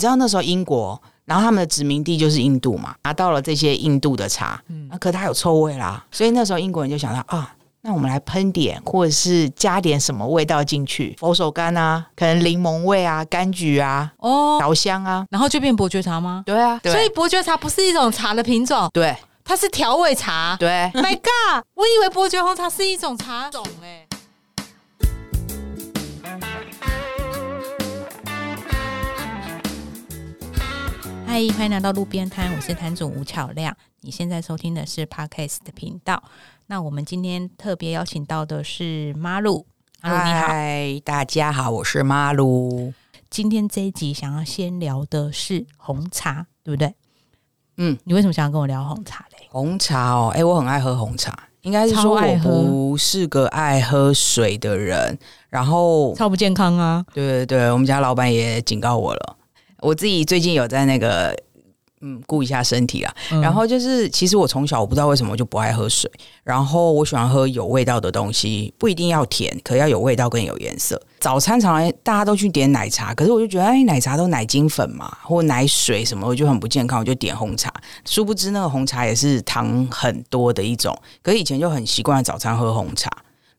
你知道那时候英国，然后他们的殖民地就是印度嘛，拿到了这些印度的茶，嗯，可它有臭味啦，所以那时候英国人就想到啊。那我们来喷点，或者是加点什么味道进去，佛手柑啊，可能柠檬味啊，柑橘啊，哦，桃香啊，然后就变伯爵茶吗？对啊，对所以伯爵茶不是一种茶的品种，对它是调味茶。对， My God，我以为伯爵红茶是一种茶种哎、嗨，欢迎来到路边摊，我是摊主吴巧亮。你现在收听的是 Podcast 的频道。那我们今天特别邀请到的是马鲁，马鲁嗯你好。嗨，大家好，我是马鲁。今天这一集想要先聊的是红茶，对不对？嗯，你为什么想要跟我聊红茶嘞？红茶哦，哎、我很爱喝红茶，应该是说超爱我喝不是个爱喝水的人。然后，超不健康啊！对对对，我们家老板也警告我了。我自己最近有在那个，嗯，顾一下身体啦。嗯然后就是，其实我从小我不知道为什么我就不爱喝水，然后我喜欢喝有味道的东西，不一定要甜，可要有味道跟有颜色。早餐常常大家都去点奶茶，可是我就觉得，哎，奶茶都奶精粉嘛，或奶水什么，我就很不健康，我就点红茶。殊不知那个红茶也是糖很多的一种，可是以前就很习惯早餐喝红茶，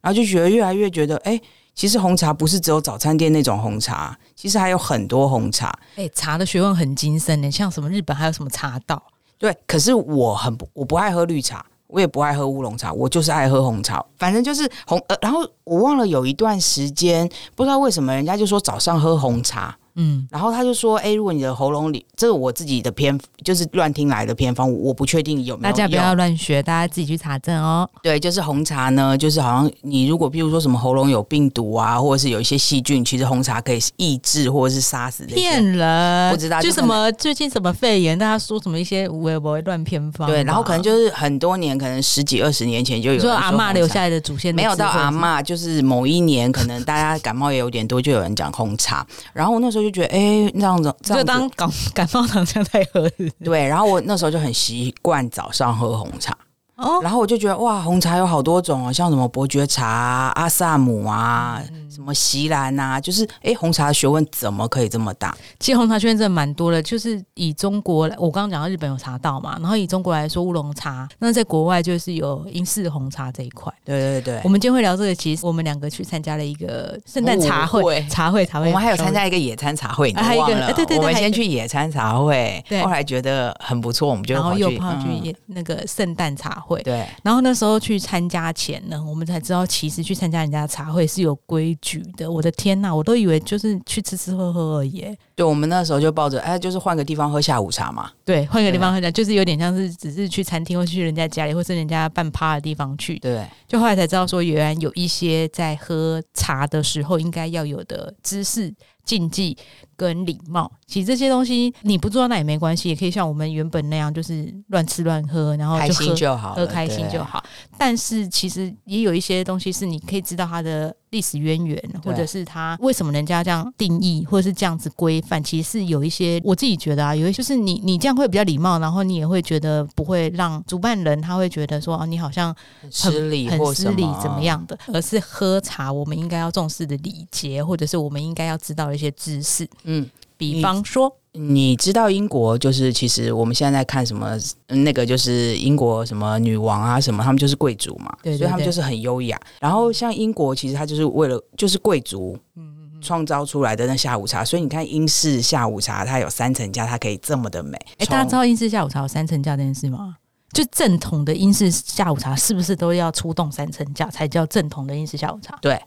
然后就觉得越来越觉得，哎。其实红茶不是只有早餐店那种红茶，其实还有很多红茶。哎、茶的学问很精深的，像什么日本还有什么茶道，对，可是我很不，我不爱喝绿茶，我也不爱喝乌龙茶，我就是爱喝红茶。反正就是红，呃，然后我忘了有一段时间，不知道为什么人家就说早上喝红茶，嗯，然后他就说，哎，如果你的喉咙里，这个我自己的偏就是乱听来的偏方，我不确定有没有大家不要用乱学，大家自己去查证哦。对，就是红茶呢，就是好像你如果譬如说什么喉咙有病毒啊，或者是有一些细菌，其实红茶可以抑制或者是杀死这些骗人，不知道就就可什么最近什么肺炎，大家说什么一些无微不微乱偏方吧，对，然后可能就是很多年，可能十几二十年前就有你人说阿嬷嬷留下来的祖先的没有到智慧阿嬷，就是某一年可能大家感冒也有点多，就有人讲红茶。然后我那时候就觉得，哎、那样子这样子就当感感冒糖浆在喝是不是对。然后我那时候就很习惯早上喝红茶，哦，然后我就觉得哇，红茶有好多种哦，像什么伯爵茶、啊、阿萨姆啊，嗯什么席兰啊，就是哎、红茶的学问怎么可以这么大？其实红茶圈真的蛮多的，就是以中国来，我刚刚讲到日本有茶道嘛，然后以中国来说乌龙茶，那在国外就是有英式红茶这一块。对对对我。们今天会聊这个，其实我们两个去参加了一个圣诞茶会舞会，茶会，茶哦我会，们还有 sorry 参，加一个野餐茶会，你啊还都有一忘个了？哎对对对我们还有先一个去野餐茶会，对后来觉得很不错，我们就然后跑又去跑去嗯也那个圣诞茶会。对然后那时候去参加前呢，我们才知道其实去参加人家的茶会是有规矩的。我的天呐，我都以为就是去吃吃喝喝而已耶。对，我们那时候就抱着哎，就是换个地方喝下午茶嘛。对，换个地对方喝茶，就是有点像是只是去餐厅或是去人家家里或是人家办趴的地方去对，就后来才知道说，原来有一些在喝茶的时候应该要有的知识、禁忌跟礼貌。其实这些东西你不做到那也没关系，也可以像我们原本那样，就是乱吃乱喝，然后开哦就喝心就好了，喝开心就对。好。但是其实也有一些东西是你可以知道它的历史渊源，或者是它为什么人家这样定义，或者是这样子规范。其实是有一些我自己觉得啊，有一些就是你你这样会比较礼貌，然后你也会觉得不会让主办人他会觉得说啊，你好像很失礼很或失什礼怎么？样的，而是喝茶我们应该要重视的礼节，或者是我们应该要知道的一些知识。嗯，比你方说，你知道英国就是其实我们现在在看什么嗯那个就是英国什么女王啊什么，他们就是贵族嘛，对对所以他们就对是很优雅。然后像英国其实它就是为了就是贵族。嗯创造出来的那下午茶，所以你看英式下午茶，它有三层架，它可以这么的美。哎、大家知从道英式下午茶有三层架这件事吗？就正统的英式下午茶是不是都要出动三层架才叫正统的英式下午茶？对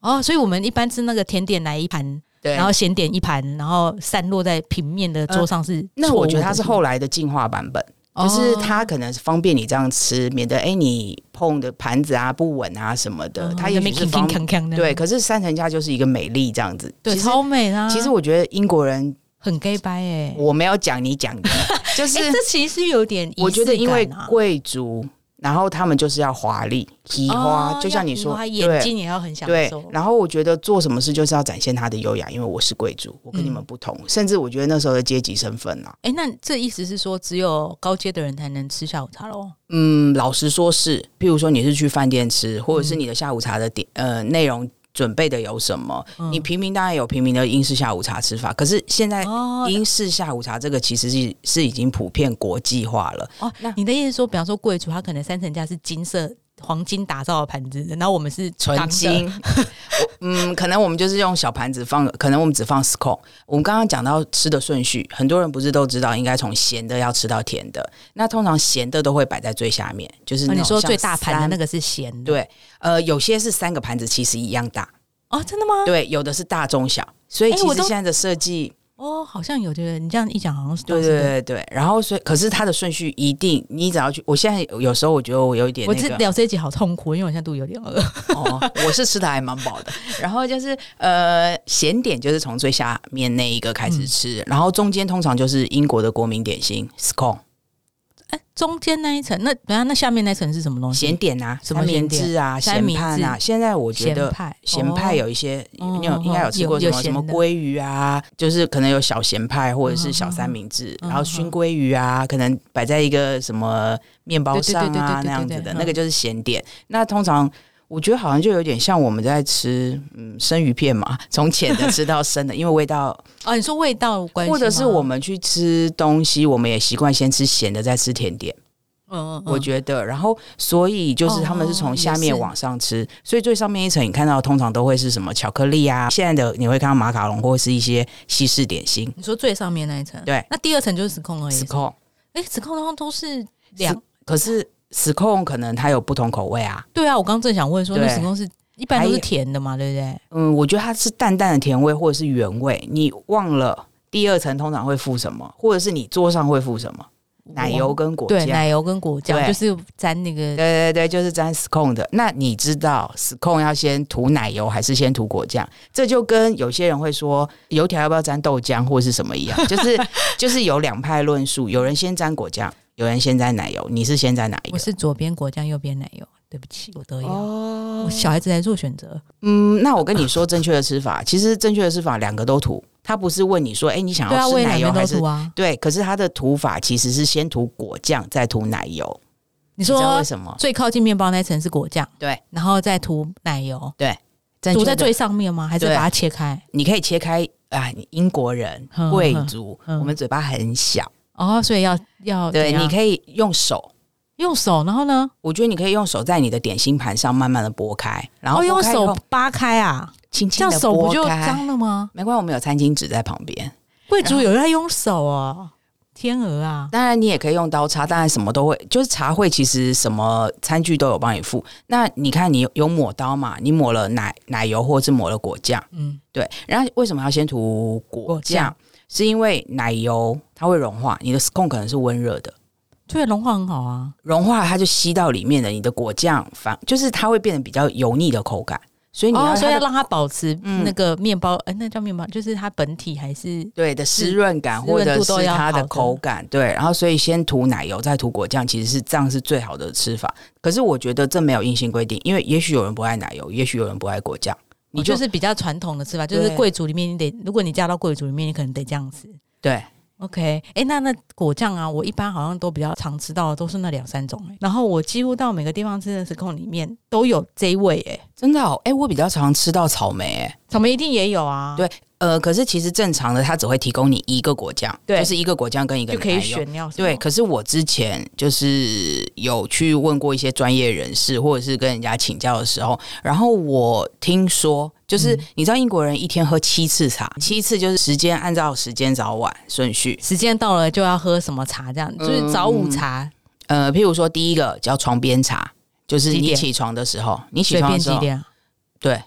哦，所以我们一般吃那个甜点来一盘，对，然后咸点一盘，然后散落在平面的桌上是、那我觉得它是后来，来的进化版本。哦就是它可能是方便你这样吃，免得哎、你碰的盘子啊不稳啊什么的，哦它也许那边是铿方铿锵锵的，对。可是三层架就是一个美丽这样子，对，其实超啊美啦。其实我觉得英国人很 gay 白哎、我没有讲你 讲的，就哎、是这其实有点、我觉得因为啊。贵族，然后他们就是要华丽、提花，哦就像你要提说花眼对。睛也要很享对受，。然后我觉得做什么事就是要展现他的优雅，因为我是贵族，我跟你们嗯不同，甚至我觉得那时候的阶级身份啊，哎、那这意思是说，只有高阶的人才能吃下午茶喽？嗯嗯，老实说是，譬如说你是去饭店吃，或者是你的下午茶的点、呃内容准备的有什么。嗯你平民当然有平民的英式下午茶吃法，可是现在哦英式下午茶这个其实是是已经普遍国际化了。哦，你的意思是说，比方说贵族，他可能三层架是金色黄金打造的盘子，然后我们是纯钢的金，嗯，可能我们就是用小盘子放，可能我们只放 s c o 我们刚刚讲到吃的顺序，很多人不是都知道应该从咸的要吃到甜的，那通常咸的都会摆在最下面，就是哦那种你说像最大盘的三那个是咸的，对，呃，有些是三个盘子其实一样大，哦，真的吗？ 对，有的是大中小，所以哎其我实都现在的设计，哦，好像有，对你这样一讲，好像是对倒是对对对，然后所以可是它的顺序一定，你只要去，我现在有有时候我觉得我有一点我那这个，聊这一集好痛苦，因为我现在肚子有点饿。哦，我是吃的还蛮饱的，然后就是呃咸点就是从最下面那一个开嗯始吃，然后中间通常就是英国的国民点心 scone 哎，中间那一层，那等一下那下面那层是什么东西？咸点啊，哦什么三明咸点治啊，三咸明派治啊，现在我觉得派，咸派哦有一些，哦你有应该有吃过什有么有什么咸的鲑鱼啊，就是可能有小咸派或者是小三明治，嗯嗯嗯然后熏鲑鱼啊，可能摆在一个什么面包上啊对对对对对对那样子的，嗯那个就是咸点。那通常。我觉得好像就有点像我们在吃嗯生鱼片嘛， 从浅的吃到深的，因为味 道，哦，你说味道有关系或吗，者是我们去吃东西，我们也习惯先吃咸的，再吃甜点。嗯，嗯嗯，我觉得，然后所以就是他们是哦从下也面是往上吃，所以最上面一层你看到通常都会是什么巧克力啊，现在的你会看到马卡龙或是一些西式点心。你说最上面那一层，对，那第二层就是时空而已死。控，哎，时空通常都是两是，可是死控可能它有不同口味啊。对啊，我刚刚正想问说，对那时空是一般都还是有甜的嘛，对不对？嗯，我觉得它是淡淡的甜味或者是原味，你忘了第二层通常会附什么，或者是你桌上会附什么，奶油我跟果对酱。奶油跟果酱对就是沾那个对对对，就是沾 s c o n 的。那你知道 s c o n 要先涂奶油还是先涂果酱？这就跟有些人会说油条要不要沾豆浆或是什么一样，就是就是有两派论述，有人先沾果酱，有人先沾奶油。你是先沾哪一我个？是左边果酱，右边奶油。对不起，我都有。哦我小孩子在做选择，嗯，那我跟你说正确的吃法，其实正确的吃法两个都涂，他不是问你说，哎，你想对啊，要我吃也奶两油边还都是涂？啊。对，可是它的涂法其实是先涂果酱，再涂奶油。你知道说为什么？最靠近面包那一层是果酱，对，然后再涂奶油，正涂确在的最上面吗？还是对把它切开？你可以切开啊，你英国人嗯贵族，嗯我们嘴巴很小，哦，所以要要对，怎样你可以用手。用手，然后呢？我觉得你可以用手在你的点心盘上慢慢的拨开，然后哦，用拨开以后手扒开啊，轻这轻样的手不拨就开。脏了吗？没关系，我们有餐巾纸在旁边。贵族有人在用手哦，天鹅啊，当然，你也可以用刀叉，当然什么都会，就是茶会其实什么餐具都有帮你付。那你看，你有有抹刀嘛？你抹了奶奶油，或是抹了果酱，嗯，对。然后为什么要先涂果果酱酱？是因为奶油它会融化，你的 scone 可能是温热的，对，融化很好啊。融化它就吸到里面的，你的果酱反就是它会变得比较油腻的口感，所以你要、哦，所以它要的让它保持嗯那个面包，哎，那叫面包，就是它本体还是对的湿润感湿或润度者都是要它好的的口感，对，然后所以先涂奶油再涂果酱，其实是这样是最好的吃法。可是我觉得这没有硬性规定，因为也许有人不爱奶油，也许有人不爱果酱，你你就,、就是比较传统的吃法，就是对贵族里面你得，如果你嫁到贵族里面，你可能得这样吃。对 OK，哎、那那果酱啊，我一般好像都比较常吃到的都是那两三种、诶然后我几乎到每个地方吃的时空里面都有这一味、诶真的哦，哎、我比较常吃到草莓、哎。草莓一定也有啊，对呃，可是其实正常的它只会提供你一个果酱，对就是一个果酱跟一个就可奶以油选料。对，，可是我之前就是有去问过一些专业人士，或者是跟人家请教的时候，然后我听说，嗯就是你知道英国人一天喝七次茶，七次就是时间按照时间早晚顺序。时间到了就要喝什么茶，这样、嗯就是早午茶，呃，譬如说第一个叫床边茶，就是几你点起床的时候，你起随床便的时几候，点啊。对，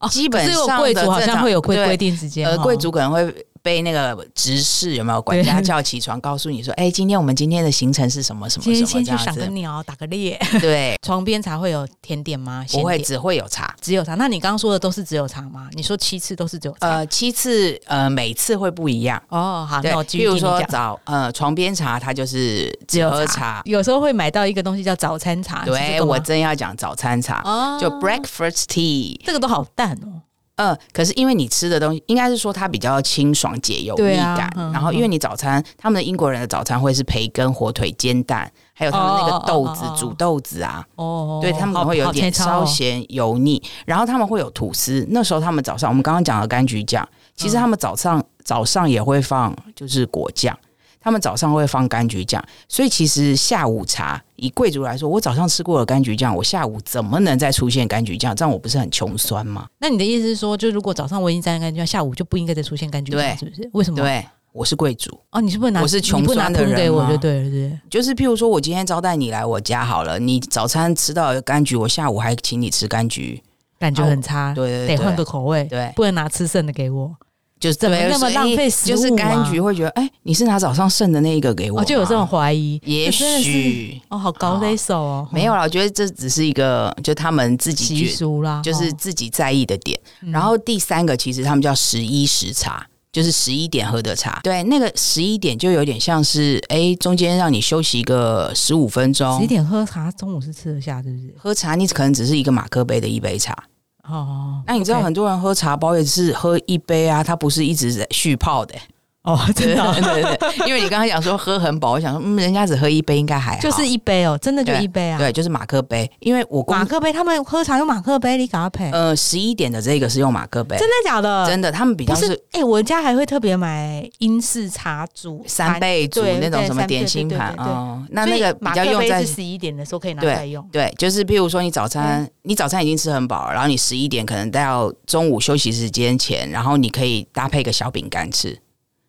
哦基本上可是有贵的族好正像常会有规对规定时间，哦呃，哈贵族可能会被那个执事有没有管家对叫起床，告诉你说，哎、今天我们今天的行程是什么什么今什天么先这去赏样 个子，鸟，打个猎。 对，床边茶会有甜点吗？不会咸点只会有茶。只有茶。那你刚刚说的都是只有茶吗？你说七次都是只有茶？呃，七次呃，每次会不一样。哦，好，对那我，继譬续听如你说讲。早呃床边茶，它就是只有喝茶茶。有时候会买到一个东西叫早餐茶，是这对个吗我真要讲早餐茶，哦就 breakfast tea。这个都好淡哦，嗯，可是因为你吃的东西，应该是说它比较清爽解油腻对啊感。嗯然后因为你早餐，他们的英国人的早餐会是培根、火腿、煎蛋，还有他们那哦哦个哦豆哦子、哦煮豆子啊，哦，对他们可好能会有好点切糙稍哦咸油腻，然后他们会有吐司。那时候他们早上我们刚刚讲的柑橘酱，其实嗯他们早上、早上也会放就是果酱，他们早上会放柑橘酱，所以其实下午茶以贵族来说，我早上吃过了柑橘酱，我下午怎么能再出现柑橘酱？这样我不是很穷酸吗？那你的意思是说，就如果早上我已经沾了柑橘酱，下午就不应该再出现柑橘对酱，是不是？为什么？对，我是贵族。哦，你是不能拿，我是穷你不拿酸的分人给我吗就对了，对。就是譬如说，我今天招待你来我家好了，你早餐吃到柑橘，我下午还请你吃柑橘，感觉很差，哦对对对，得换个口味，对，不能拿吃剩的给我。就是怎么对那么所以浪费食就是物柑啊橘会觉得，哎、你是拿早上剩的那一个给我、哦，就有这 种，怀疑，也这真的是许哦，好高的一手哦，嗯没有啦，我觉得这只是一个，就他们自己习觉俗啦，哦就是自己在意的点。嗯然后第三个，其实他们叫十一时茶，就是十一点喝的茶。对，那个十一点就有点像是，哎，中间让你休息个十五分十一钟。点喝茶，中午是吃得下，是不是？喝茶，你可能只是一个马克杯的一杯茶。哦，那你知道 OK 很多人喝茶包也是喝一杯啊，他不是一直在续泡的、哦，真的哦 对对对，因为你刚刚讲说喝很饱，我想说，嗯，人家只喝一杯应该还好，就是一杯哦，真的就一杯啊。对，就是马克杯，因为我公马克杯，他们喝茶用马克杯，你给他配，呃十一点的这个是用马克杯，真的假的？真的，他们比较不是是，哎，我家还会特别买英式茶煮三倍煮对那种对什么三点对心对对盘对对哦，那所那以个比马较克用杯在是十一点的时候可以拿出来用。对，就是譬如说你早餐，你早餐已经吃很饱了，然后你十一点可能到中午休息时间前，然后你可以搭配个小饼干吃。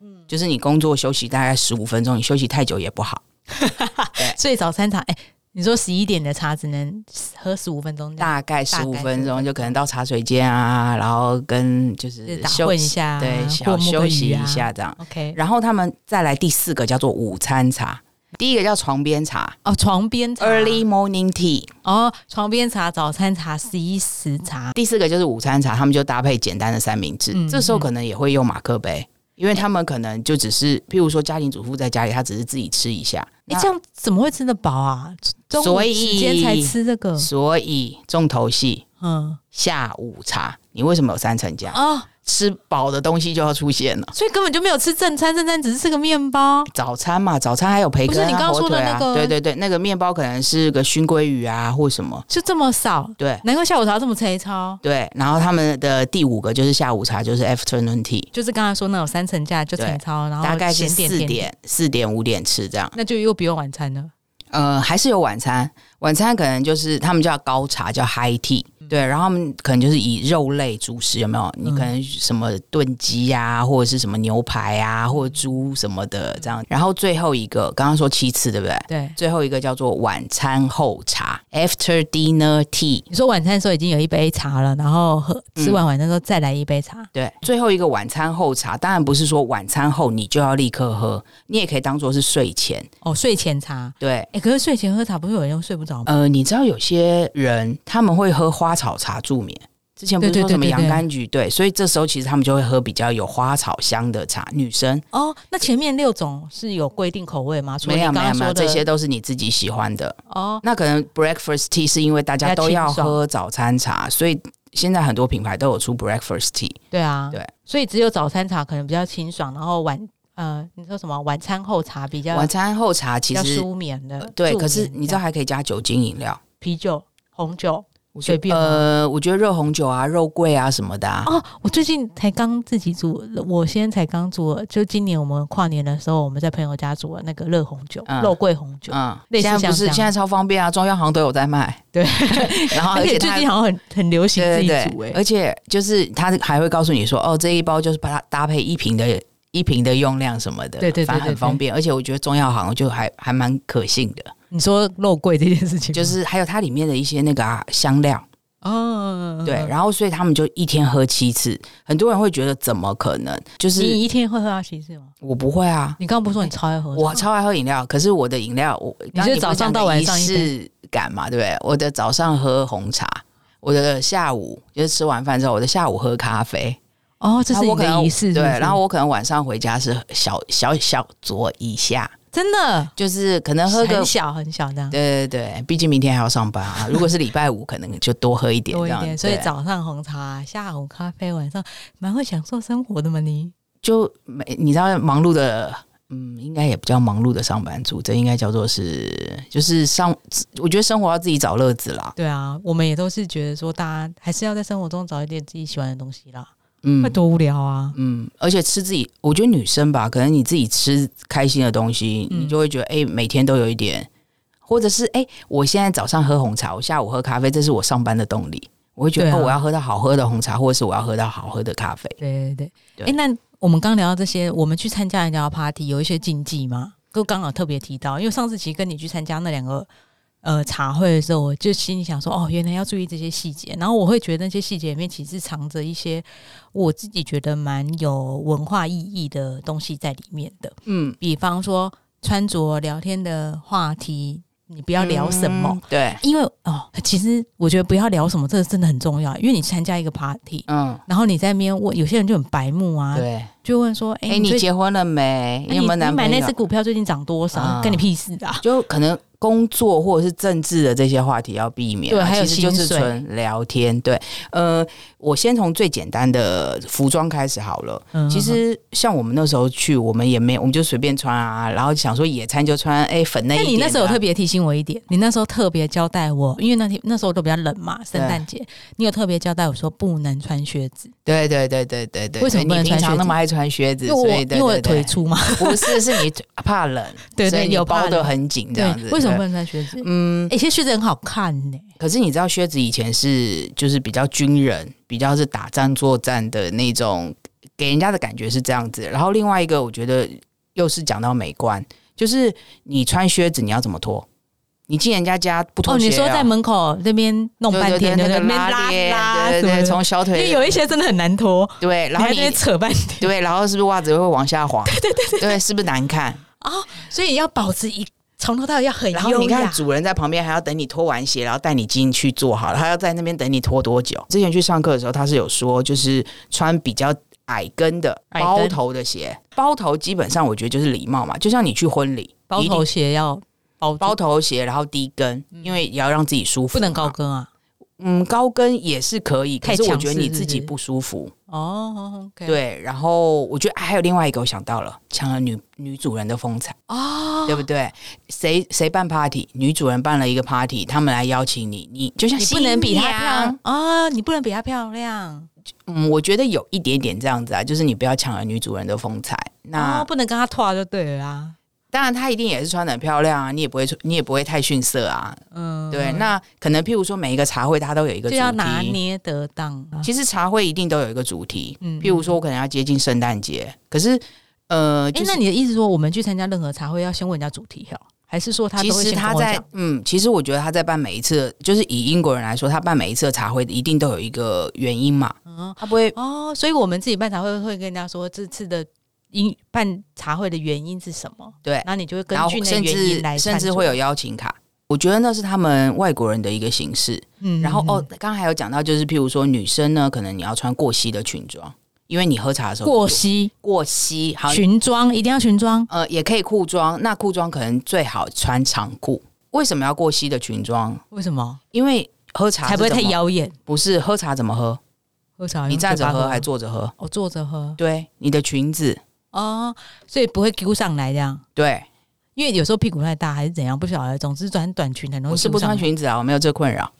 嗯，就是你工作休息大概十五分钟，你休息太久也不好。所以早餐茶，哎、你说十一点的茶只能喝十五分钟这样，大概十嗯大五概分15分钟钟就可能到茶水间啊，然后跟就就是是打休混一息下啊，对，过小目休个息鱼一啊下这样。 OK，然后他们再来第四个叫做午餐茶，第一个叫床边茶哦，床边茶 （Early Morning Tea），哦，床边茶、早餐茶、十一时茶，第四个就是午餐茶，他们就搭配简单的三明治。嗯这时候可能也会用马克杯，因为他们可能就只是，譬如说家庭主妇在家里，她只是自己吃一下。你、那哎这样怎么会吃得饱啊？中嗯午所以时间才吃这个，所以重头戏嗯下午茶，你为什么有三层家？哦，吃饱的东西就要出现了。所以根本就没有吃正餐，正餐只是吃个面包。早餐嘛，早餐还有培根、不是啊、你刚刚火说的腿啊那个对对对，那个面包可能是个熏鲑鱼啊，或什么，就这么少，对难怪下午茶这么粗糙。对。然后他们的第五个就是下午茶，就是 afternoon tea，就是刚才说那种三层架就粗对糙，然后大概是咸点四哦甜点，点、四点、五点吃这样。那就又不用晚餐了。呃，还是有晚餐，晚餐可能就是他们叫高茶，叫 high tea，对，嗯然后他们可能就是以肉类主食，有没有？你可能什么炖鸡呀，或者是什么牛排啊，或者猪什么的这样。然后最后一个，刚刚说七次，对不对？对，最后一个叫做晚餐后茶 （after dinner tea）。你说晚餐的时候已经有一杯茶了，然后喝嗯吃完晚餐之后再来一杯茶，对，最后一个晚餐后茶，当然不是说晚餐后你就要立刻喝，你也可以当做是睡前。哦，睡前茶。对，哎、可是睡前喝茶不是有人睡不着吗？呃，你知道有些人他们会喝花草茶助眠，之前不是对对说什么对对洋对甘菊对，所以这时候其实他们就会喝比较有花草香的茶。女生哦，那前面六种是有规定口味吗？除了没你有刚没有刚没说有，的这些都是你自己喜欢的。哦，那可能 breakfast tea 是因为大家比较都清要爽喝早餐茶，所以现在很多品牌都有出 breakfast tea。对啊，对，所以只有早餐茶可能比较清爽，然后晚呃，你说什么晚餐后茶比较晚餐后茶比其较实舒眠的，对，助可是眠你知这道样还可以加酒精饮料，啤酒、红酒我随觉便吗呃，我觉得热红酒啊、肉桂啊什么的啊，哦，我最近才刚自己煮，我先才刚煮了，就今年我们跨年的时候，我们在朋友家煮了那个热红酒、嗯肉桂红酒，嗯，类现似在不像是这样现在超方便啊，中药行都有在卖。对， 然后而而且且最它近好像很很流行自己煮、欸，哎，而且就是他还会告诉你说，哦，这一包就是把它搭配一瓶的一瓶的用量什么的，对对对反正对很对方便。而且我觉得中药行就还还蛮可信的，你说肉桂这件事情吗，就是还有它里面的一些那个、啊、香料，哦，对，然后所以他们就一天喝七次，很多人会觉得怎么可能？就是你一天会喝到几次吗？我不会啊，你刚刚不是说你超爱喝茶？我超爱喝饮料，可是我的饮料，我你就早上到晚上仪一杯式感嘛，对不对？我的早上喝红茶，我的下午就是吃完饭之后，我的下午喝咖啡，哦，这然是后你我可的能仪式是不对，是然后我可能晚上回家是小小小酌一下，真的就是可能喝个很。小很小这样，对对对，毕竟明天还要上班啊。如果是礼拜五，可能就多喝一点这多一样。点。所以对早上红茶，下午咖啡，晚上蛮会享受生活的嘛你。就没你知道忙碌的嗯，应该也比较忙碌的上班族，这应该叫做是，就是上，我觉得生活要自己找乐子啦。对啊，我们也都是觉得说，大家还是要在生活中找一点自己喜欢的东西啦，嗯那、，多无聊啊！嗯，而且吃自己，我觉得女生吧，可能你自己吃开心的东西，嗯你就会觉得哎、每天都有一点，或者是哎、我现在早上喝红茶，我下午喝咖啡，这是我上班的动力。我会觉得、对啊哦，我要喝到好喝的红茶，或者是我要喝到好喝的咖啡。对对对，对哎、那我们刚聊到这些，我们去参加人家的 party 有一些禁忌吗？都刚好特别提到，因为上次其实跟你去参加那两个呃茶会的时候，我就心里想说，哦，原来要注意这些细节。然后我会觉得那些细节里面其实藏着一些我自己觉得蛮有文化意义的东西在里面的，嗯，比方说穿着、聊天的话题，你不要聊什么。嗯？对，因为哦，其实我觉得不要聊什么，这个真的很重要。因为你参加一个 party，嗯，然后你在那边问，有些人就很白目啊，对。就问说：“哎、哎、你最结婚了没？啊有你没有男朋你买友？那只股票最近涨多少？啊干你屁事啊！”就可能工作或者是政治的这些话题要避免啊，对还有其实就是薪水纯聊天。对，呃，我先从最简单的服装开始好了。嗯其实像我们那时候去，我们也没有，我们就随便穿啊，然后想说野餐就穿，哎、粉嫩那一你点的啊。那时候有特别提醒我一点，你那时候特别交代我，因为那天那时候都比较冷嘛，圣诞节，你有特别交代我说不能穿靴子，对对对对对对，为什么不你能平穿常靴那子么爱穿靴子？因为所我以对因为对我腿对，粗嘛， 不是是你怕冷，对所以对，你有包怕的冷。很紧这对样子。，为什对么不能穿靴子？嗯，哎、些靴子很好看呢、可是你知道靴子以前是就是比较军人，比较是打仗作战的那种，给人家的感觉是这样子。然后另外一个，我觉得又是讲到美观，就是你穿靴子你要怎么脱？你进人家家不脱哦，鞋、啊你说在门口那边弄半天，对对对对那个不对那边拉链，拉对什对么对，的，从小因为腿有一些真的很难脱，对，然然后后在那你边扯半天。对，然后是不是袜子会往下滑？对对对，对，是不是难看？哦所以要保持一从头到尾要很然后你优看雅。主人在旁边还要等你脱完鞋，然后带你进去坐好了，他要在那边等你脱多久？之前去上课的时候，他是有说，就是穿比较矮跟的矮跟包头的鞋，包头基本上我觉得就是礼貌嘛，就像你去婚礼，包一头定鞋要包包头鞋，然后低跟，因为也要让自己舒服，不能高，跟啊。嗯，高跟也是可以，可太是我强觉得势你是不自己是不舒服。哦，OK，对，然后我觉得还有另外一个，我想到了，抢了女女主人的风采。哦，对不对？谁谁办 party，女主人办了一个 party，他们来邀请你，你就像你不能比她她漂亮。啊，你不能比她漂亮，嗯，我觉得有一点点这样子啊，就是你不要抢了女主人的风采。那、哦，不能跟她拓就对了啊。当然，她一定也是穿的很漂亮啊，你也不会你也不会太逊色啊。嗯，对，那可能譬如说每一个茶会，它都有一个主就要拿题。捏得当。其实茶会一定都有一个主题，嗯譬如说我可能要接近圣诞节，可是呃，哎就，是那你的意思说，我们去参加任何茶会要先问人家主题哦，还是说他其都会实先跟他我在讲？嗯，其实我觉得他在办每一次，就是以英国人来说，他办每一次的茶会一定都有一个原因嘛，嗯，他不会哦，所以我们自己办茶会会跟人家说这次的因办茶会的原因是什么，对然，后你就会根然后据那甚原因至来甚参至酌会有邀请卡。我觉得那是他们外国人的一个形式。嗯然后哦嗯，刚刚还有讲到，就是譬如说女生呢，可能你要穿过膝的裙装，因为你喝茶的时候过膝过膝好，裙装一定要裙装，呃，也可以裤装。那裤装可能最好穿长裤。为什么要过膝的裙装？为什么？因为喝茶才不会是太怎么，妖艳。不是喝茶怎么喝？喝茶你用站嘴着巴喝还坐着喝？我坐着喝对，你的裙子哦，所以不会揪上来这样。对。因为有时候屁股太大还是怎样，不晓得。总之穿短裙很容易。我是不穿，裙子啊，我没有这困扰。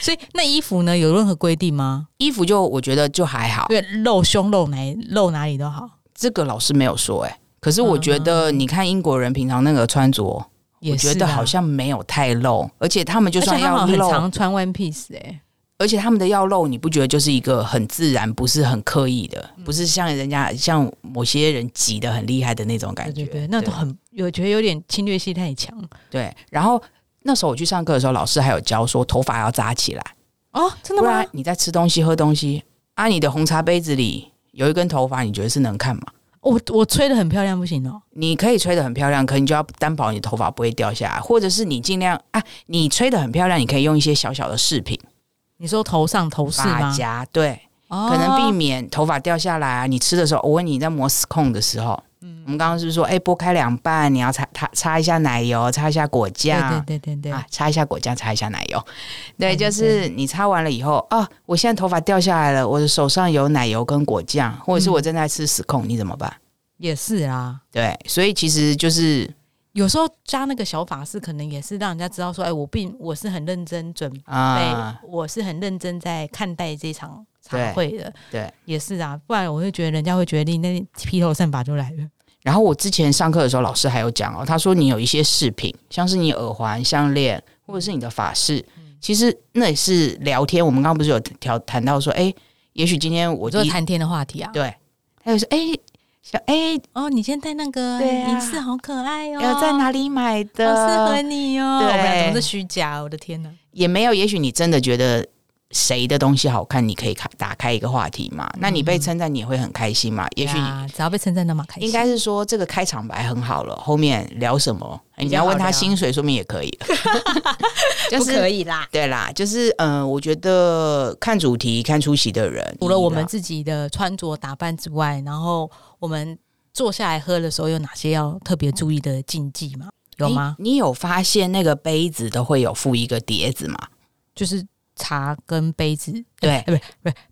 所以那衣服呢有任何规定吗？衣服就我觉得就还好，对，露胸、露奶、露哪里都好，这个老师没有说哎、可是我觉得你看英国人平常那个穿着，我嗯也是觉啊得好，像没有太露，而且他们就而且算他要好像很露，而且常穿 one piece 哎、他们的要露，你不觉得就是一个很自然，不是很刻意的，嗯不是像人家像某些人挤得很厉害的那种感对觉，对对，那都很有觉得有点侵略性太强对。然后那时候我去上课的时候，老师还有教说头发要扎起来。哦，真的不吗然？你在吃东西、喝东西啊，你的红茶杯子里有一根头发，你觉得是能看吗？我我吹的很漂亮不行哦，你可以吹得很漂亮，可你就要担保你的头发不会掉下来，或者是你尽量啊，你吹得很漂亮，你可以用一些小小的饰品，你说头上头饰发吗？夹，对，哦可能避免头发掉下来啊。你吃的时候，我问你在磨司控的时候，嗯我们刚刚是不是说，哎、剥开两半，你要擦擦擦一下奶油，擦一下果酱，对对对对对，啊，擦一下果酱，擦一下奶油。对，嗯就是你擦完了以后啊，我嗯现在头发掉下来了，我的手上有奶油跟果酱，或者是我正在吃死控，你怎么办？也是啊。对，所以其实就是有时候加那个小法式，可能也是让人家知道说，哎，我并我是很认真准备，啊，我是很认真在看待这场茶会的，对。也是啊。不然我会觉得人家会觉得你那披头散发就来了。然后我之前上课的时候，老师还有讲哦，他说你有一些饰品，像是你耳环、项链，或者是你的发饰，嗯其实那也是聊天。我们刚刚不是有调谈到说，哎，也许今天我我就一谈天的话题啊。对，还有说，哎，小哎，哦，你先戴那个对啊哎银饰好可爱哦，要在哪里买的？好适合你哦。对我们俩怎么是虚假？我的天哪！也没有，也许你真的觉得谁的东西好看，你可以开打开一个话题嘛。那你被称赞，你也会很开心嘛。也许呀只要被称赞都蛮开心。应该是说这个开场白很好了，后面聊什么，哎你较要好问他聊薪水，说明也可 以，就不可是。以啦。对啦，就是嗯、呃我觉得看主题、看出席的人，除了我们你自己的穿着打扮之外，然后我们坐下来喝的时候，有哪些要特别注意的禁忌吗？有吗？你？你有发现那个杯子都会有附一个碟子吗？就是茶跟杯子， 对，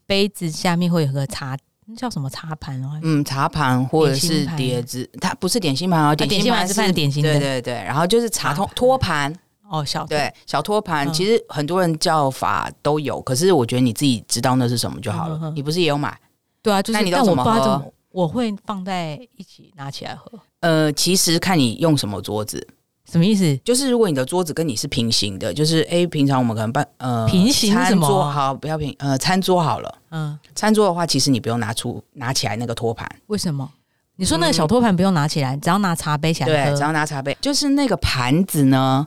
杯子下面会有个茶，那叫什么茶盘哦？嗯，茶盘或者点心是盘啊碟子，它不是点心盘哦，点心心盘盘是放点心的对对对，然后就是茶茶托盘托盘，哦，小对，小托盘、嗯其实很多人叫法都有，可是我觉得你自己知道那是什么就好了。嗯哼哼你不是也有买？对啊，就是那你都但怎我不么知喝道怎么，我会放在一起拿起来喝，呃，其实看你用什么桌子，什么意思？就是如果你的桌子跟你是平行的，就是哎，诶平常我们可能办呃平行是餐什么桌好，不要平呃餐桌好了，嗯，餐桌的话，其实你不用拿出拿起来那个托盘，为什么？你说那个小托盘不用拿起来，嗯只要拿茶杯起对来，只喝，要拿茶杯，就是那个盘子呢，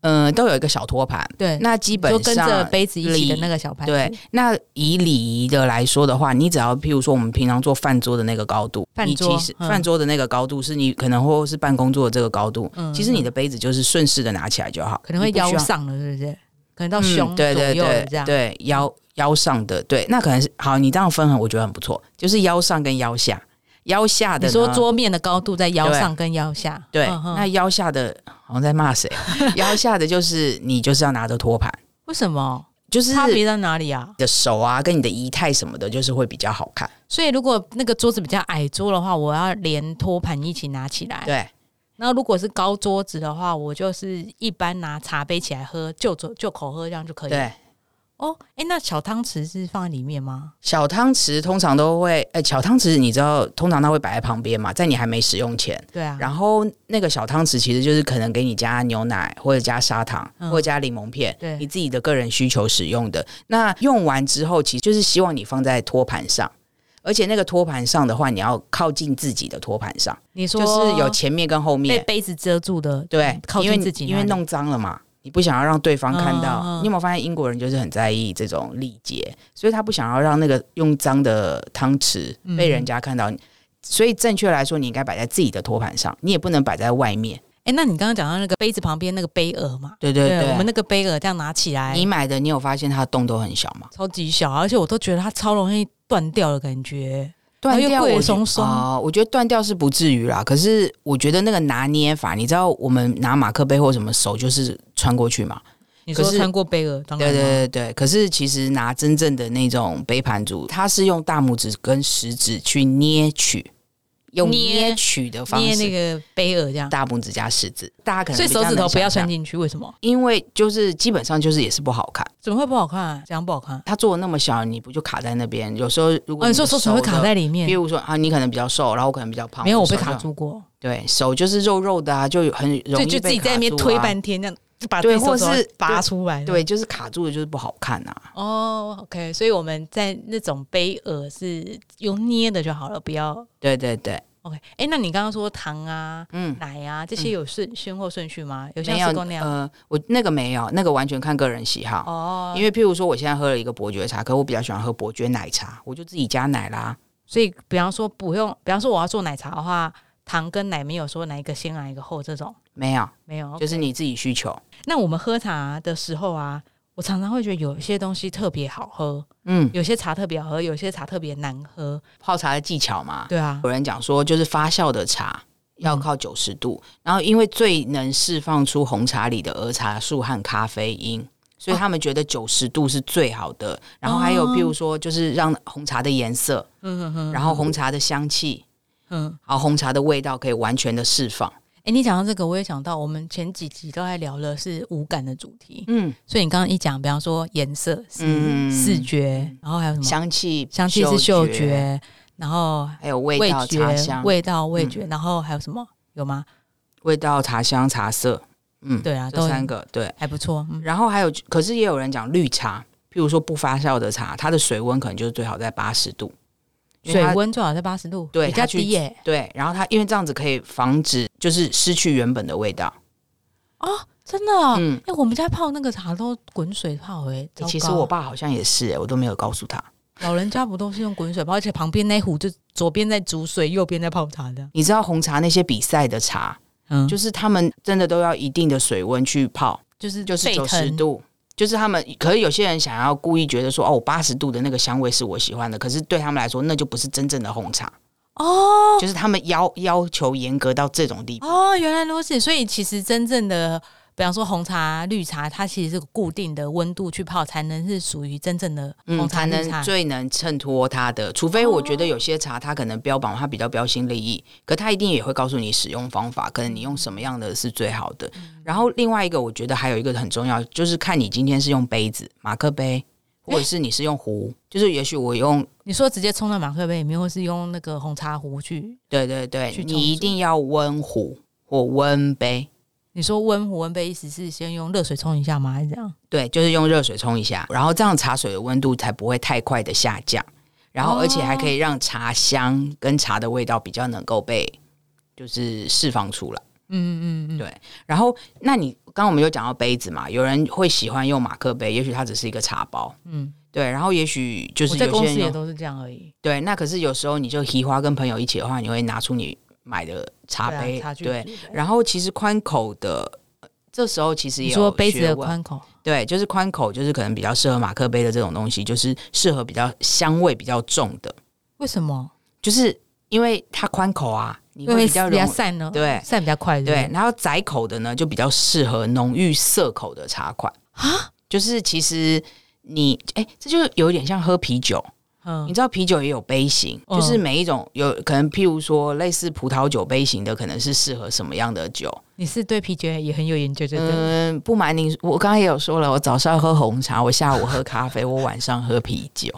呃，都有一个小托盘，对，那基本就上跟着杯子一起的礼那个小盘子，对，那以礼仪的来说的话，你只要譬如说我们平常做饭桌的那个高度，饭你桌其实嗯饭桌的那个高度是你可能或是办公桌的这个高度，嗯其实你的杯子就是顺势的拿起来就好，可能会你不需腰要上了，是不是？可能到嗯胸左对对右了对这样。对腰腰上的对，那可能是好，你这样分很我觉得很不错，就是腰上跟腰下，腰下的呢你说桌面的高度在腰对上跟腰下，对，嗯哼那腰下的好像在骂谁，啊 腰下的就是你就是要拿着托盘，为什么就是差你别在哪里啊？的手啊跟你的仪态什么的，就是会比较好看，所以如果那个桌子比较矮桌的话，我要连托盘一起拿起来。对。那如果是高桌子的话，我就是一般拿茶杯起来喝，就就就口喝这样就可以。对，哦，哎，那小汤匙是放在里面吗？小汤匙通常都会，哎、小汤匙你知道，通常它会摆在旁边嘛，在你还没使用前。对啊，然后那个小汤匙其实就是可能给你加牛奶或者加砂糖、嗯或者加柠檬片，对你自己的个人需求使用的。那用完之后，其实就是希望你放在托盘上，而且那个托盘上的话，你要靠近自己的托盘上，你说就是有前面跟后被面，杯子遮住的，对，嗯靠因为近自己因为那里弄脏了嘛。你不想要让对方看到，嗯嗯嗯你有没有发现英国人就是很在意这种礼节，所以他不想要让那个用脏的汤匙被人家看到。所以正确来说，你应该摆在自己的托盘上，你也不能摆在外面。哎，那你刚刚讲到那个杯子旁边那个杯耳嘛？对对对，我们那个杯耳这样拿起来，你买的，你有发现它的洞都很小吗？超级小，而且我都觉得它超容易断掉的感觉。断然掉后又贵我松松啊、我觉得断掉是不至于啦。可是我觉得那个拿捏法，你知道我们拿马克杯或什么手就是穿过去嘛？你说可是穿过贝尔，当然对啦对对对，可是其实拿真正的那种杯盘组，它是用大拇指跟食指去捏取，用捏捏取的方捏式，那个贝尔这样，大拇指加食指，大家可能所以比较手指头能不要想穿象，进去。为什么？因为就是基本上就是也是不好看。怎么会不好看、啊？怎样不好看？它做的那么小，你不就卡在那边？有时候如果哦，你说的手指会卡的，在里比面？如说啊，你可能比较瘦，然后我可能比较胖，没有，我手被就卡很，住过，对手就是肉肉的啊，就有很容就易就自己被在那边卡住推啊半天，这样把对自己手或指头是拔出来。对，就是卡住的，就是不好看啊。哦，OK，所以我们在那种杯耳是用捏的就好了，不要对对对， OK。哎、那你刚刚说糖啊、嗯。奶啊这些有顺先后顺序吗？有像没有施工那样？呃，我那个没有，那个完全看个人喜好。哦，因为譬如说，我现在喝了一个伯爵茶，可我比较喜欢喝伯爵奶茶，我就自己加奶啦。所以，比方说不用，比方说我要做奶茶的话，糖跟奶没有说哪一个先哪一个后这种没有，没有。就是你自己需求。那我们喝茶的时候啊，我常常会觉得有一些东西特别好喝，嗯，有些茶特别好喝，有些茶特别难喝。泡茶的技巧嘛，对嗯啊，有人讲说，就是发酵的茶要靠九十度，然后因为最能释放出红茶里的儿茶素和咖啡因。所以他们觉得九十度是最好的，然后还有哦譬如说，就是让红茶的颜色，嗯哼哼，然后红茶的香气，嗯，然后红茶的味道可以完全的释放。哎、你讲到这个，我也想到我们前几集都在聊的是五感的主题，嗯，所以你刚刚一讲，比方说颜色是嗯视觉，然后还有什么香气，嗯香气是嗅，觉，然后还有味味道、觉茶香、嗯味道、味觉，然后还有什么？有吗？味道、茶香、茶色。嗯，对啊，这都三个对。还不错。嗯，然后还有，可是也有人讲绿茶，譬如说不发酵的茶，它的水温可能就是最好在八十度。因为水它温最好在八十度，对比较它去低耶、对，然后它因为这样子可以防止就是失去原本的味道。真的、哦。哎、嗯，欸我们家泡那个茶都滚水泡哎、糟糕其实我爸好像也是、欸，我都没有告诉他。老人家不都是用滚水泡，而且旁边那壶就左边在煮水，右边在泡茶的。你知道红茶那些比赛的茶，嗯，就就是他们真的都要一定的水温去泡，就是就是沸九腾十，度。就是他们，可是有些人想要故意觉得说，哦，我八十度的那个香味是我喜欢的，可是对他们来说，那就不是真正的红茶哦。就是他们要要求严格到这种地步，哦，原来如此。所以其实真正的，比方说红茶、绿茶，它其实是固定的温度去泡，才能是属于真正的嗯，红茶、才绿能茶。最能衬托它的。除非我觉得有些茶它可能标榜它比较标新立异，可它一定也会告诉你使用方法，可能你用什么样的是最好的。嗯然后另外一个，我觉得还有一个很重要，就是看你今天是用杯子、马克杯，或者是你是用壶。就是也许我用，你说直接冲到马克杯里面，或是用那个红茶壶去？对对对去，冲你一煮定要温壶或温杯。你说温壶温杯，意思是先用热水冲一下吗？还是这样？对，就是用热水冲一下，然后这样茶水的温度才不会太快的下降，然后而且还哦可以让茶香跟茶的味道比较能够被就是释放出来。嗯嗯嗯，对然后，那你刚刚我们有讲到杯子嘛，有人会喜欢用马克杯，也许它只是一个茶包，嗯，对，然后也许就是我在有些公人司也用都是这样而已。对，那可是有时候你就提花跟朋友一起的话，你会拿出你买的茶对啊杯，茶具对之类的然后其实宽口的，呃这时候其实也你有说杯子学的问宽口，对，就是宽口，就是可能比较适合马克杯的这种东西，就是适合比较香味比较重的，为什么？就是因为它宽口啊，你因会为比较比容较易散呢，哦对散比较快是不是，对，然后窄口的呢就比较适合浓郁涩口的茶款啊，就是其实你哎、这就有点像喝啤酒，你嗯，知道啤酒也有杯型，嗯就是每一种有可能，譬如说类似葡萄酒杯型的，可能是适合什么样的酒。你是对啤酒也很有研究，对不对？嗯，不瞒您，我刚刚也有说了，我早上喝红茶，我下午喝咖啡，我晚上喝啤 酒。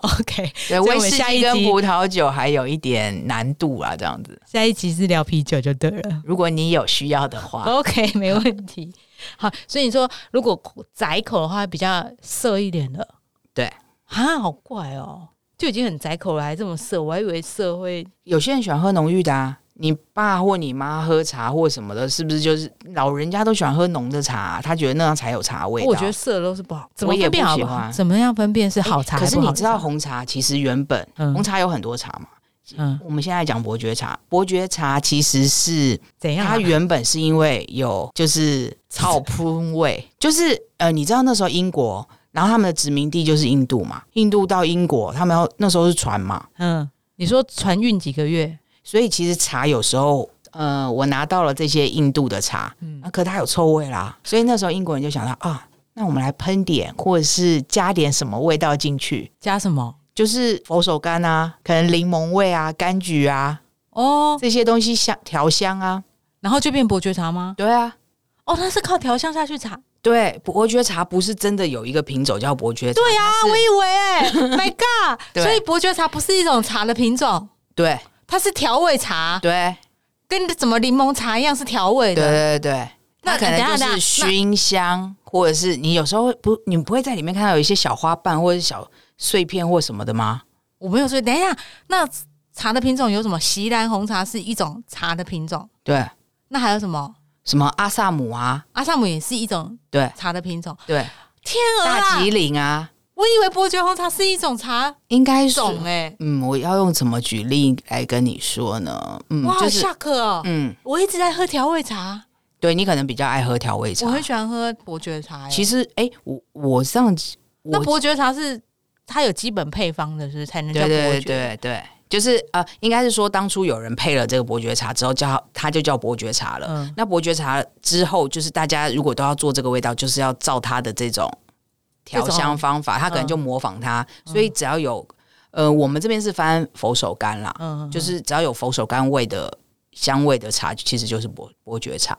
OK，对，所以威我们士下一忌跟集葡萄酒还有一点难度啊，这样子。下一集是聊啤酒就对了。如果你有需要的 话， OK，没问题。好，所以你说如果窄口的话，比较涩一点的。对啊，好怪哦，就已经很窄口了，还这么涩，我还以为涩会有些人喜欢喝浓郁的啊。你爸或你妈喝茶或什么的，是不是就是老人家都喜欢喝浓的茶啊、他觉得那样才有茶味道。我觉得涩都是不好，怎么我也分辨不好喜好？欢怎么样分辨是好茶哎可还是不你好知茶？道红茶其实原本、嗯红茶有很多茶嘛。嗯我们现在讲伯爵茶，伯爵茶其实是怎样啊？它原本是因为有就是草喷味，就是呃，你知道那时候英国，然后他们的殖民地就是印度嘛，印度到英国，他们要那时候是船嘛，嗯，你说船运几个月？所以其实茶有时候，呃，我拿到了这些印度的茶，嗯啊，可它有臭味啦，所以那时候英国人就想到啊，那我们来喷点或者是加点什么味道进去，加什么？就是佛手柑啊，可能柠檬味啊、柑橘啊哦，这些东西香调香啊，然后就变伯爵茶吗？对啊，哦，它是靠调香下去茶。对，伯爵茶不是真的有一个品种叫伯爵茶，对呀、啊，我以为、欸、，My God！对所以伯爵茶不是一种茶的品种，对它是调味茶，对跟什么柠檬茶一样是调味对对的。对，那那可等能一下就是等一熏香，或者是你有时候会不，你不会在里面看到有一些小花瓣或者是小碎片或什么的吗？我没有说，等一下，那茶的品种有什么？席兰红茶是一种茶的品种，对，那还有什么？什么阿萨姆啊，阿萨姆也是一种对茶的品种。 对，天鹅大啊！吉岭啊，我以为伯爵红茶是一种茶应该是。种哎、嗯，我要用怎么举例来跟你说呢？嗯哇，，就好是下课哦！嗯，我一直在喝调味茶，对你可能比较爱喝调味茶我。很喜欢喝伯爵茶、欸。其实，哎、我我上次我那伯爵茶是它有基本配方的，是不是才能叫对伯爵？对对对，就是呃，应该是说当初有人配了这个伯爵茶之后叫它，它就叫伯爵茶了。嗯那伯爵茶之后，就是大家如果都要做这个味道，就是嗯要照它的这种调香方法，它可能就模仿它。所以只要有呃，我们这边是翻佛手柑啦，嗯，就嗯是只要有佛手柑味的香味的茶，其实就是伯伯爵茶。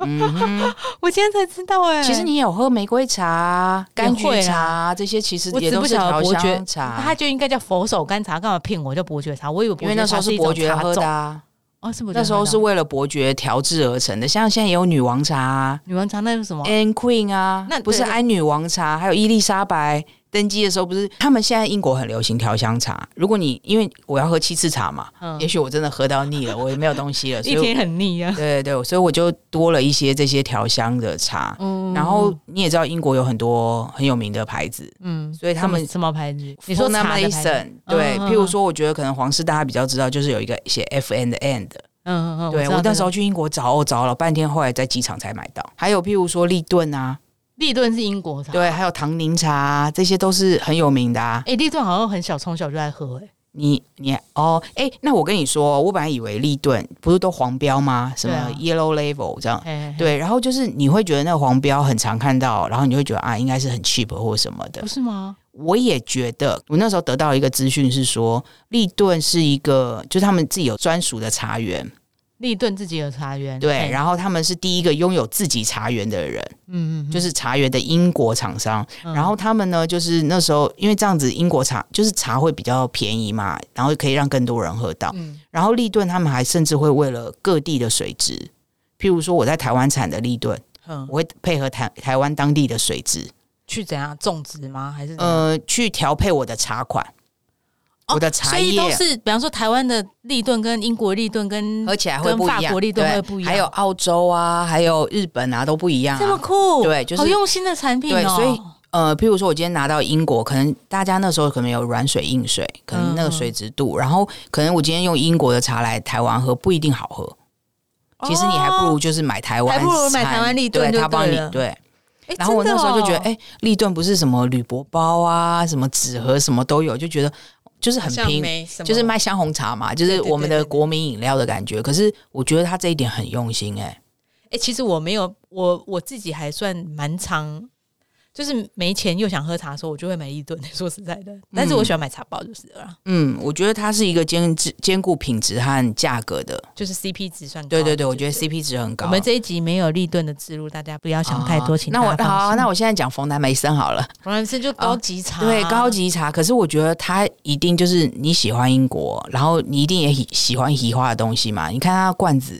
嗯我今天才知道哎、其实你有喝玫瑰茶、也柑会橘茶这些，其实我也只都不是晓得调伯爵香茶。它就应该叫佛手柑茶，干嘛骗我叫伯爵茶？我以为因伯为爵那时茶候是是一种伯爵茶喝种的啊，哦，是伯爵那时候喝的是为了伯爵调制而成的。像现在也有女王茶、啊、女王茶，那是什么？ ，Anne Queen 啊，哦那不是对对安女王茶，还有伊丽莎白。登基的时候不是，他们现在英国很流行调香茶。如果你因为我要喝七次茶嘛，嗯也许我真的喝到腻了，我也没有东 西了，所一以我天很腻啊。对对对，所以我就多了一些这些调香的茶。嗯然后你也知道，英国有很多很有名的牌子，嗯，所以他们什么什么牌子？你说 Fona 茶的牌子 Mason，对，嗯嗯譬如说，我觉得可能皇室大家比较知道，就是有一个写 F and N 的，嗯嗯嗯，对知道哦我那时候这个去英国找，我找了半天，后来在机场才买到。还有譬如说利顿啊，利顿是英国茶，对，啊还有唐宁茶、啊，这些都是很有名的啊。哎，立顿好像很小，从小就爱喝、哎，你你哦，哎、那我跟你说，我本来以为利顿不是都黄标吗？什对啊么 Yellow Label 这样，哎，对，然后就是你会觉得那个黄标很常看到，然后你会觉得啊，应该是很 cheap 或什么的不。是吗？我也觉得，我那时候得到一个资讯是说，利顿是一个，就是他们自己有专属的茶园，立顿自己有茶园，对，哎然后他们是第一个拥有自己茶园的人，嗯嗯，嗯就是茶园的英国厂商。嗯然后他们呢，就是那时候因为这样子，英国茶就是茶会比较便宜嘛，然后可以让更多人喝到。嗯然后利顿他们还甚至会为了各地的水质，譬如说我在台湾产的利顿。嗯，我会配合台台湾当地的水质，去怎样种植吗？还是怎样呃，去调配我的茶款，嗯哦我的茶所以叶都是，比方说台湾的立顿跟英国立顿跟喝起来会不一跟法样，国立顿对会不一样还有澳洲啊，还有日本啊，都不一样、这么啊。酷，对就是好用心的产品对哦。所以呃，譬如说，我今天拿到英国，可能大家那时候可能有软水、硬水，可能嗯那个水质度，然后可能我今天用英国的茶来台湾喝，不一定好喝。其实你还不如就是买台湾哦还产，不如买台湾立顿对就他帮对你了对。哎然后我那时候就觉得，真的哦哎、立顿不是什么铝箔包啊，什么纸盒什么都有，就觉得就是很好像拼，没什么就是卖香红茶嘛，就对是对对我们的对对国民饮料的感觉。可是我觉得他这一点很用心、哎，哎、其实我没有，我我自己还算蛮常，就是没钱又想喝茶的时候，我就会买一顿。 说实在的，但是我喜欢买茶包就是了啦，嗯，我觉得它是一个兼制兼顾品质和价格的。就是 CP 值算高。对对对，我觉得就是 CP 值很高。哦我们这一集没有立顿的植入，大家不要想太多，啊请那我大家好放啊，心那我现在讲冯南梅森好了。本来是就高级茶、对，高。级茶。可是我觉得它一定就是你喜欢英国，然后你一定也喜喜欢喜化的东西嘛。你看它的罐子，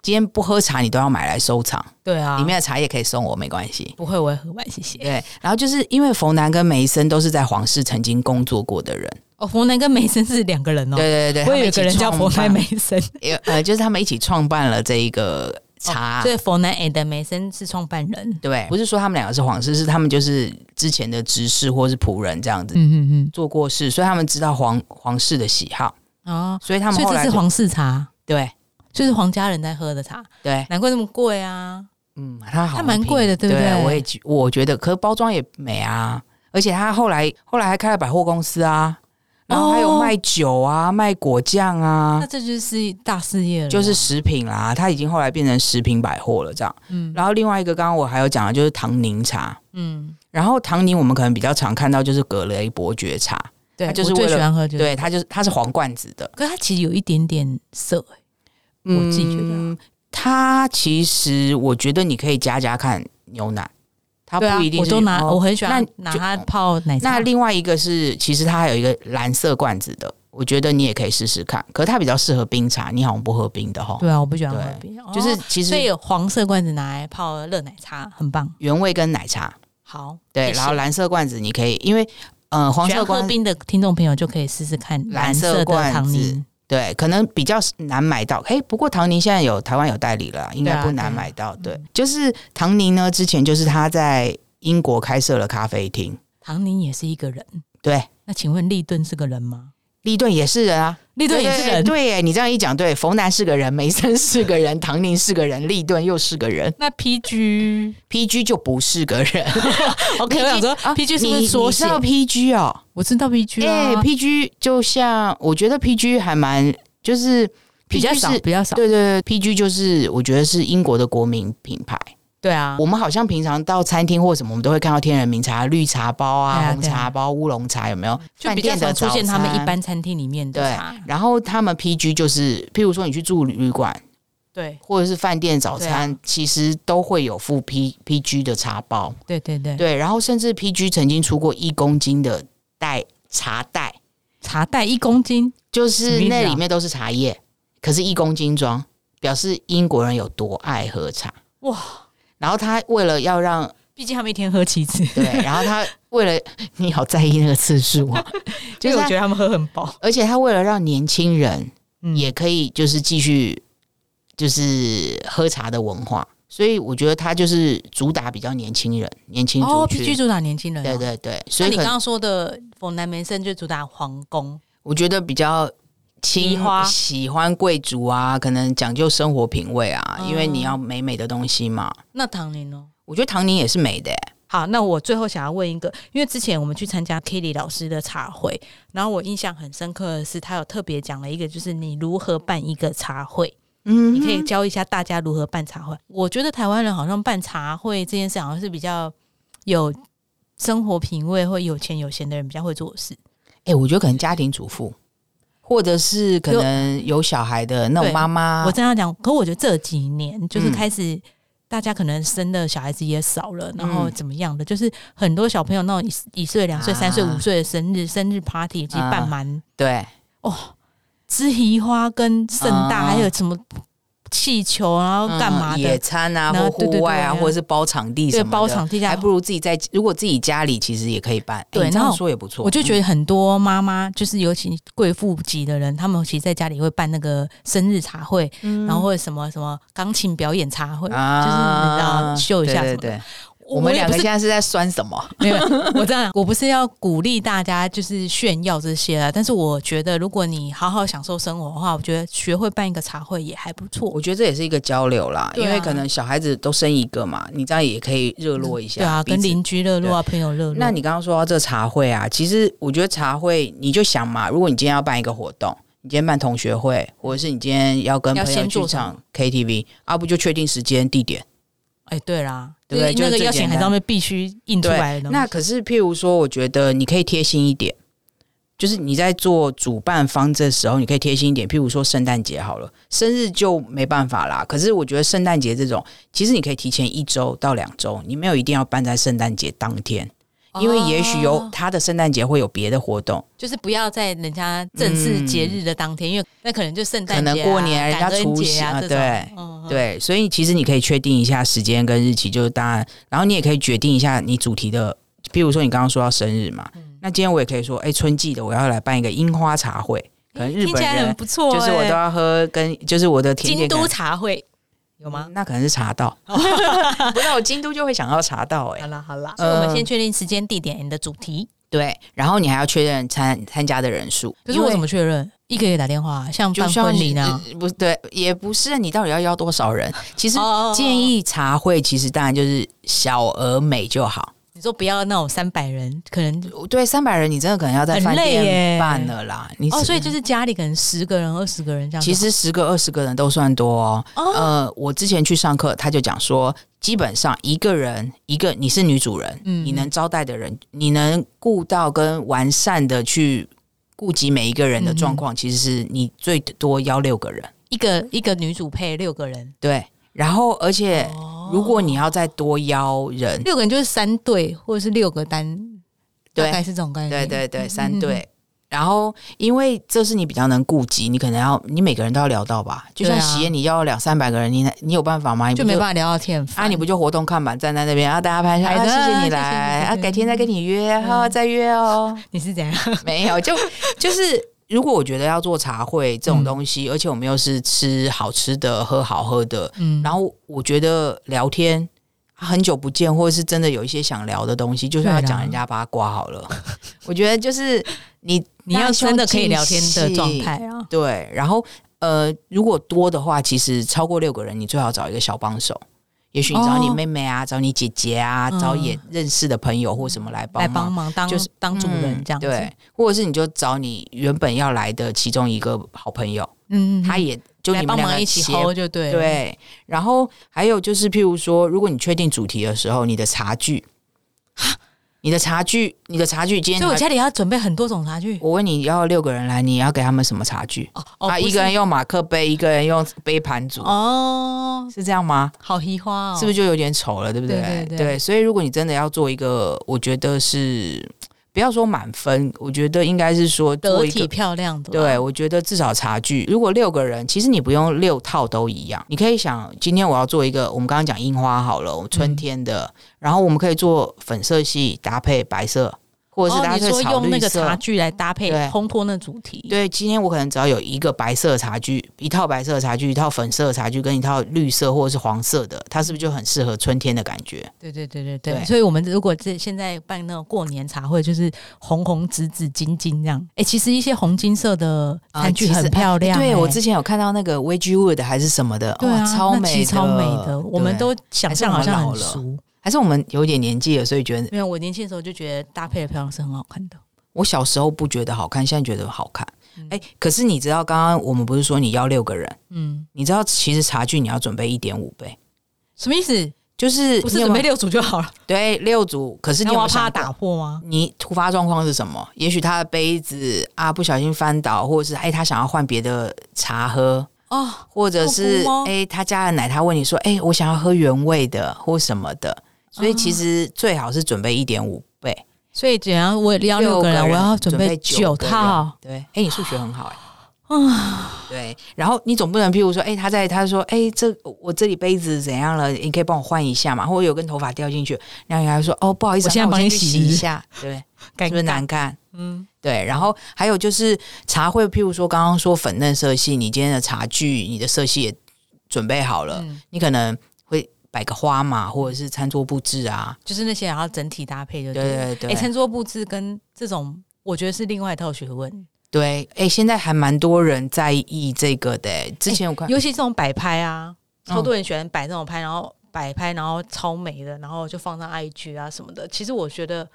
今天不喝茶你都要买来收藏，对啊，里面的茶叶可以送我，没关系。不会，我也喝完，谢谢。对，然后就是因为冯南跟梅森都是在皇室曾经工作过的人，哦，冯南跟梅森是两个人哦。对对对，我他有们一一起个人叫创冯南办梅，森，也 呃，就是他们一起创办了这一个茶。所以冯南 and 梅森是创办人。对，不是说他们两个是皇室，是他们就是之前的执事或是仆人这样子、嗯嗯做过事，所以他们知道皇皇室的喜好，嗯，哦，所以他们所以后这来是就皇室茶，对就是皇家人在喝的茶，对，难怪那么贵啊。嗯，它好像它蛮贵的便宜对不对对？我也觉我觉得，可是包装也美啊，而且它后来后来还开了百货公司啊，然后还有哦卖酒啊、卖果酱啊那，这就是大事业了，就是食品啦，它已经后来变成食品百货了这样。嗯然后另外一个，刚刚我还有讲的就是唐宁茶，嗯，然后唐宁我们可能比较常看到就是格雷伯爵茶，对，它就是我最为了喜欢喝就是，对，它就是它是黄罐子的，可是它其实有一点点涩、欸，我自己觉得啊嗯它其实我觉得你可以加加看牛奶，它对啊不一定我是、都拿，哦我很喜欢那拿就它泡奶茶。那另外一个是，其实它还有一个蓝色罐子的，我觉得你也可以试试看。可是它比较适合冰茶，你好像不喝冰的哈。对啊，我不喜欢喝对冰，哦就是其所以实有黄色罐子拿来泡热奶茶，很棒。原味跟奶茶，好，对，谢谢然后蓝色罐子你可以，因为呃黄喜欢色喝罐冰的听众朋友就可以试试看蓝色色的罐糖子宁，对，可能比较难买到。哎，不过唐宁现在有台湾有代理了，应对该啊不对啊难买到。对，就是唐宁呢，之前就是他在英国开设了咖啡厅，唐宁也是一个人。对，那请问立顿是个人吗？利顿也是人啊，立顿也是人，对耶，你这样一讲，对，冯南是个人，梅森是个人，唐宁是个人，利顿又是个人那 PG ，PG 就不是个人。 OK，我想说 PG 是不你是缩你写知？道 PG 哦？我知道 PG 哎、啊， p g 就像我觉得 PG 还蛮就是比较 PG 少，是比较少。对对对，PG 就是我觉得是英国的国民品牌，对啊，我们好像平常到餐厅或什么，我们都会看到天人名茶、绿茶包啊、对啊红茶包、乌龙茶，有没有？就比较店少的出现他们早餐一般餐厅里面的对茶。。然后他们 PG 就是，譬如说你去住旅旅馆对或者是饭店早对啊餐，其实都会有附 P PG 的茶包。对对对，对，然后甚至 PG 曾经出过一公斤的袋茶袋，茶袋一公斤，就是那什么意思啊里面都是茶叶，可是一公斤装，表示英国人有多爱喝茶哇！然后他为了要让毕竟他们一天喝七次，对，然后他为了 你好在意那个次数 啊，就就是我是觉他得他们喝很饱，而且他为了让年轻人嗯也可以就是继续就是喝茶的文化，所以我觉得他就是主打比较年轻人，年轻哦，族必须群。主打年轻人、哦对。对对，所那以你可刚刚说的冯南梅生就主打皇宫，我觉得比较喜亲欢喜欢贵族啊，可能讲究生活品味啊，嗯因为你要美美的东西嘛。那唐宁呢？我觉得唐宁也是美的、欸，好，那我最后想要问一个，因为之前我们去参加 Kitty 老师的茶会，然后我印象很深刻的是，他有特别讲了一个，就是你如何办一个茶会，嗯你可以教一下大家如何办茶会。我觉得台湾人好像办茶会这件事，好像是比较有生活品味或有钱有闲的人比较会做的事。哎、我觉得可能家庭主妇，或者是可就能有小孩的那对种妈妈我，这样讲，可我觉得这几年就是啊嗯开始，大家可能生的小孩子也少了，然后嗯怎么样的，就是很多小朋友那种一一岁、两岁、三岁、啊五岁的生日、生日 party，其实办啊蛮对，哦，枝移花跟盛大，啊还有什么气球，然后干嘛嗯的？野餐啊，然后或对对户外啊，对啊或者是包场地什对，么的，包场地下啊还不如自己在，如果自己家里其实也可以办，哎对你这然样后说也不错。我就觉得，得很多妈妈，就是尤其贵妇级的人，他们其实在家里会办那个生日茶会，嗯然后或者什么什么钢琴表演茶会，就是你知道秀一啊下什对么的。对对，我啊我们也两不个是现在是在酸什么？没有， 我这样，我不是要鼓励大家就是炫耀这些啊，但是我觉得如果你好好享受生活的话，我觉得学会办一个茶会也还不错我。觉得这也是一个交流啦，对啊因为可能小孩子都生一个嘛，你这样也可以热络一下，对啊，彼此跟邻居热络啊，朋友热络。那你刚刚说到这茶会啊，其实我觉得茶会，你就想嘛，如果你今天要办一个活动，你今天办同学会，或者是你今天要跟要朋友先去做什么唱 KTV，啊，不就确定时间地点？哎，对啦，对不对就是那个就是最邀请简函单上面必须印出来的东西。那可是，譬如说，我觉得你可以贴心一点，就是你在做主办方这时候，你可以贴心一点。譬如说圣诞节好了，生日就没办法啦。可是我觉得圣诞节这种，其实你可以提前一周到两周，你没有一定要办在圣诞节当天，因为也许有哦他的圣诞节会有别的活动。就是不要在人家正式节日的当天，因为那嗯可能就圣诞节啊、可能过年人家感恩节啊除夕啊这种，对嗯，嗯，对，所以其实你可以确定一下时间跟日期，就是当然，然后你也可以决定一下你主题的，比如说你刚刚说到生日嘛，嗯那今天我也可以说，哎，春季的我要来办一个樱花茶会，可能日听本起来很人不错、就是我都哎要喝跟就是我的甜京点可能都茶会有吗？那可能是茶 道，不是我京都就会想到茶道哎、好啦好啦，嗯所以我们先确定时间、地点、你的主题。对，然后你还要确认参参加的人数，可是因我为怎么确认？一个月打电话，像就办像婚礼你那样。呃不对，也不是你到底要邀多少人，其实哦建议茶会其实当然就是小而美就好。你说不要那种三百人，可能对，三百人你真的可能要在饭很累耶店办了啦。你哦，所以是就是家里可能十个人、二十个人这样就其好。实十个二十个人都算多哦。哦呃，我之前去上课，他就讲说，基本上一个人一个你是女主人，嗯你能招待的人，你能顾到跟完善的去顾及每一个嗯人的状况，其实是你最多邀六个人。一个一个女主配六个人，对，然后而且哦如果你要再多邀人，六个人就是三对，或者是六个单，对大概是这种概念。对对对，嗯三对。然后，因为这是你比较能顾及，你可能要你每个人都要聊到吧。就对啊像喜宴，你要两三百个人，你你有办法吗？你不就没办法聊到天很烦啊，你不就活动看板站在那边啊？大家拍一下，好啊，的谢谢谢谢嗯你你来啊，对改天再跟你约，哈，再约 哦。你是怎样？没有，就就是，如果我觉得要做茶会这嗯种东西，而且我们又是吃好吃的、喝好喝的，嗯，然后我觉得聊天很久不见，或者是真的有一些想聊的东西，就算要对啦啊讲人家八卦好了。 我觉得就是你 你要真的可以聊天的状，大家态啊希望尽兴。对，然后呃，如果多的话，其实超过六个人，你最好找一个小帮手。也许你找你哦妹妹啊，找你姐姐啊，嗯找也认识的朋友或什么来帮来忙，帮忙当就是当主人嗯这样子，对，或者是你就找你原本要来的其中一个好朋友，嗯，嗯，他嗯也就来你们帮两忙个一起协吼就对了。对，然后还有就是，譬如说，如果你确定主题的时候，你的茶具，你的茶具，你的茶具，今天所以我你还家里要准备很多种茶具。我问你要六个人来，你要给他们什么茶具？哦哦，啊，不一是个人用马克杯，一个人用杯盘组，哦，是这样吗？好奇花哦，是不是就有点丑了，对不对？对对对所以如果你真的要做一个，我觉得是不要说满分，我觉得应该是说做得一体个。漂亮的？对，，啊我觉得至少茶具，如果六个人，其实你不用六套都一样，你可以想，今天我要做一个，我们刚刚讲樱花好了，我们春天的，然后我们可以做粉色系搭配白色，或者是哦，搭你配说草用那绿个色。茶具来搭配对烘托那主题，，对，今天我可能只要有一个白色的茶具，一套白色的茶具，一套粉色的茶具，跟一套绿色或者是黄色的，它是不是就很适合春天的感觉？对对对对对，对所以我们如果这现在办那种过年茶会，就是红红紫紫金金这样。哎、其实一些红金色的啊餐具其实很漂亮、对诶我之前有看到那个 v g Wood 还是什么的，对哇，啊，超那美其的，实超美的，我们对都想象好像还是我很们老了熟。还是我们有点年纪了，所以觉得没有，我年轻的时候就觉得搭配的漂亮是很好看的。我小时候不觉得好看，现在觉得好看嗯。哎、可是你知道，刚刚我们不是说你要六个人，嗯，你知道其实茶具你要准备一点五倍，什么意思？就是不是你有准没备有六组就好了？对六组，可是你那有我没要有怕想他打过？破吗？你突发状况是什么？也许他的杯子啊不小心翻倒，或者是哎、他想要换别的茶喝，哦，或者痛是哭吗哎、他加了奶，他问你说，哎、我想要喝原味的或什么的，所以啊其实最好是准备一点五倍，所以怎样？我要六个个人，我要准备备九个套。人。对，哎、你数学很好哎、啊对，然后你总不能，譬如说，哎、他在他说，哎、这我这里杯子怎样了？你可以帮我换一下嘛？或者有根头发掉进去，然后你还说，哦，不好意思，我现在那帮你先去洗洗一下，对，尴 是不是尬难。看？嗯，对，然后还有就是茶会，譬如说刚刚说粉嫩色系，你今天的茶具、你的色系也准备好了，嗯你可能会摆个花嘛，或者是餐桌布置啊，就是那些然后整体搭配就对对了。对对哎、餐桌布置跟这种，我觉得是另外一套学问。对，哎，现在还蛮多人在意这个的、哎哎之前我看，尤其这种摆拍啊，嗯超多人喜欢摆这种拍，然后摆拍，然后超美的，然后就放上 IG 啊什么的。其实我觉得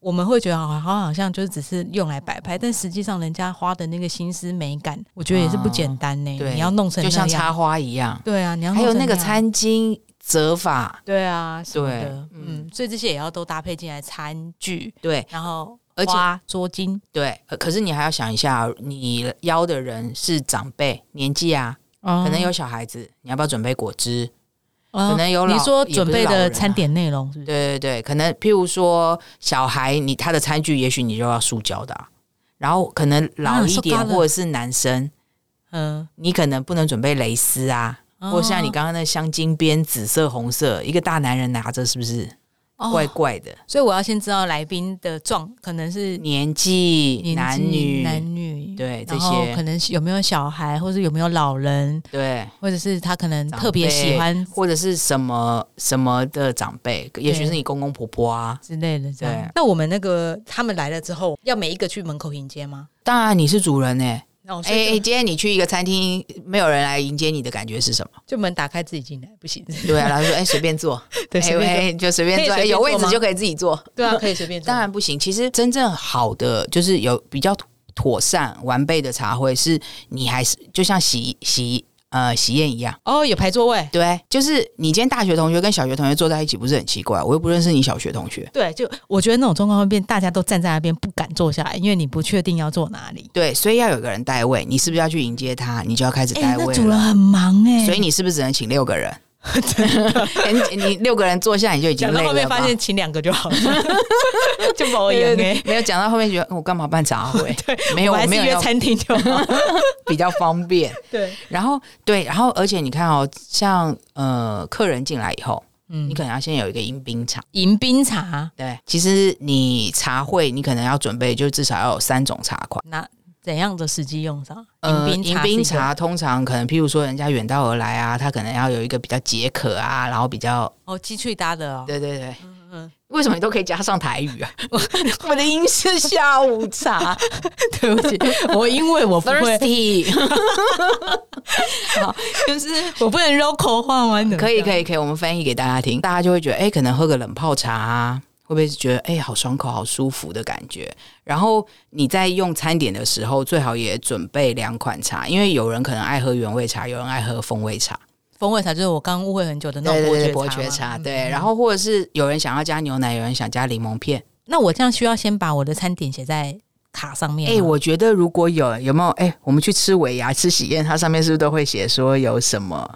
我们会觉得好好好像就是只是用来摆拍，但实际上人家花的那个心思美感，我觉得也是不简单呢、啊对你要弄成就像那插样，花一样，对啊，你要还有弄成那个样，餐巾折法，对啊，什么对的，嗯，所以这些也要都搭配进来，餐具，对然后而且花桌巾，对、呃可是你还要想一下，你邀的人是长辈年纪啊，可可能有小孩子，你要不要准备果汁？可可能有老嗯你说也准不是备老的人餐啊点内容是不是？对对对，可能譬如说小孩，你他的餐具也许你就要塑胶的啊、然后可能老一啊点塑胶的或者是男生，嗯，你可能不能准备蕾丝啊，哦或者像你刚刚那香精边紫色红色，一个大男人拿着是不是哦怪怪的？所以我要先知道来宾的状，可能是年纪、年纪男女，男女，对这然后些可能是有没有小孩，或是有没有老人，对，或者是他可能长辈特别喜欢或者是什么什么的长辈，也许是你公公婆婆啊。之类的这样对。那我们那个他们来了之后，要每一个去门口迎接吗？当然你是主人呢、欸，哦，哎、所以就,、今天你去一个餐厅，没有人来迎接你的感觉是什么？就门打开自己进来，不行，对啊，然后说哎、随便坐。对，哎随便坐哎就随便可以坐，随哎便有位坐置吗就可以自己坐。对啊，可以随便坐，当然不行，其实真正好的就是有比较妥妥善完备的茶会，是你还是就像喜喜呃喜宴一样。哦，有排座位，对，就是你今天大学同学跟小学同学坐在一起，不是很奇怪？我又不认识你小学同学。对，就我觉得那种状况会变，大家都站在那边不敢坐下来，因为你不确定要坐哪里。对，所以要有个人带位，你是不是要去迎接他？你就要开始哎、带那位主人了。很忙哎、所以你是不是只能请六个 人？ 哎你你六个人坐下你就已经讲到累后面了吧发？现请两个就好了， 就不会对赢对 哎对。没有讲到后面觉得嗯我干嘛办茶会？没有我还是没有约要餐厅就 好。比较方便。对，然后对，然后而且你看哦，像呃客人进来以后，嗯你可能要先有一个迎宾场。迎宾茶对，其实你茶会你可能要准备，就至少要有三种茶款。那怎样的时机用上？呃迎宾迎茶，宾，茶通常可能，譬如说人家远道而来啊，他可能要有一个比较解渴啊，然后比较哦，鸡脆搭的哦。对对对。嗯嗯，为什么你都可以加上台语啊？ 我的音是下午 茶 对不起，我因为我不会， ，thirsty。好，就是我不能 local 话完 的。可以可以，以可以，我们翻译给大家听，大家就会觉得，哎、可能喝个冷泡茶啊，不会觉得哎、好爽口、好舒服的感觉？然后你在用餐点的时候，最好也准备两款茶，因为有人可能爱喝原味茶，有人爱喝风味茶。风味茶就是我刚误会很久的那对种对对，伯伯爵爵茶茶，嗯嘛。嗯对。然后或者是有人想要加牛奶，有人想加柠檬片。那我这样需要先把我的餐点写在卡上面哎、吗。我觉得如果有有没有哎、我们去吃尾牙吃喜宴，它上面是不是都会写说有什么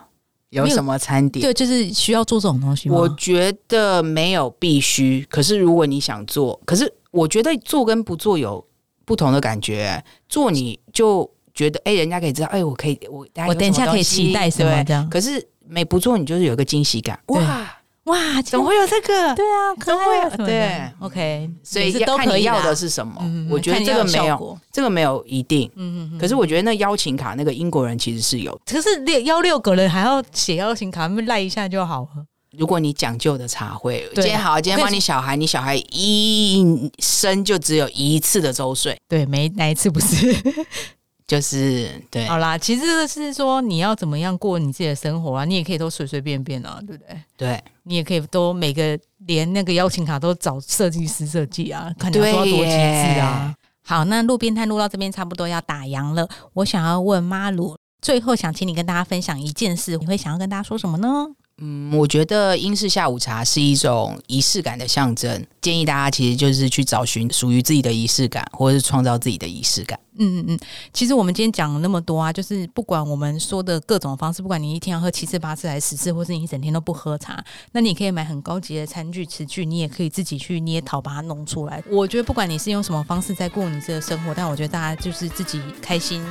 有没有什么餐点？对，就是需要做这种东西吗？我觉得没有必须，可是如果你想做，可是我觉得做跟不做有不同的感觉。做你就觉得哎、人家可以知道，哎、我可以我我等一下可以期待什么对这样？可是没不做，你就是有一个惊喜感，对哇，哇，怎么会有这 个？对啊，可爱啊会什么的对，OK，所以也是都要看可你以要啦的是什么？嗯我觉得看你这要个的没效有，果这个没有一定。嗯嗯嗯。可是我觉得那邀请卡那个英国人其实是有，可是六幺六个人还要写邀请卡，那赖一下就好了。如果你讲究的茶会，今对天好，今天我跟帮你你小孩，你小孩一生就只有一次的周岁，对，没哪一次不是。 就是对。好啦，其实是说你要怎么样过你自己的生活啊，你也可以都随随便便啊，对不对？对你也可以都每个连那个邀请卡都找设计师设计啊，看你要对做到多极致啊耶。好，那路边摊录到这边差不多要打烊了，我想要问妈鲁，最后想请你跟大家分享一件事，你会想要跟大家说什么呢？嗯，我觉得英式下午茶是一种仪式感的象征，建议大家其实就是去找寻属于自己的仪式感，或者是创造自己的仪式感。嗯嗯嗯，其实我们今天讲了那么多啊，就是不管我们说的各种方式，不管你一天要喝七次、八次还是十次，或是你一整天都不喝茶，那你可以买很高级的餐具、词具，你也可以自己去捏陶把它弄出来。我觉得不管你是用什么方式在过你这个生活，但我觉得大家就是自己开心、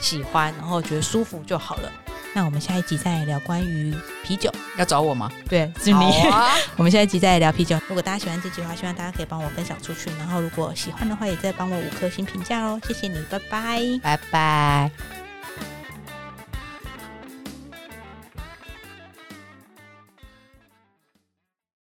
喜欢，然后觉得舒服就好了。那我们下一集再聊关于啤酒，要找我吗？对，是你。好啊， 我们下一集再聊啤酒。如果大家喜欢这集的话，希望大家可以帮我分享出去，然后如果喜欢的话，也再帮我五颗星评价哦，谢谢你，拜拜。拜拜。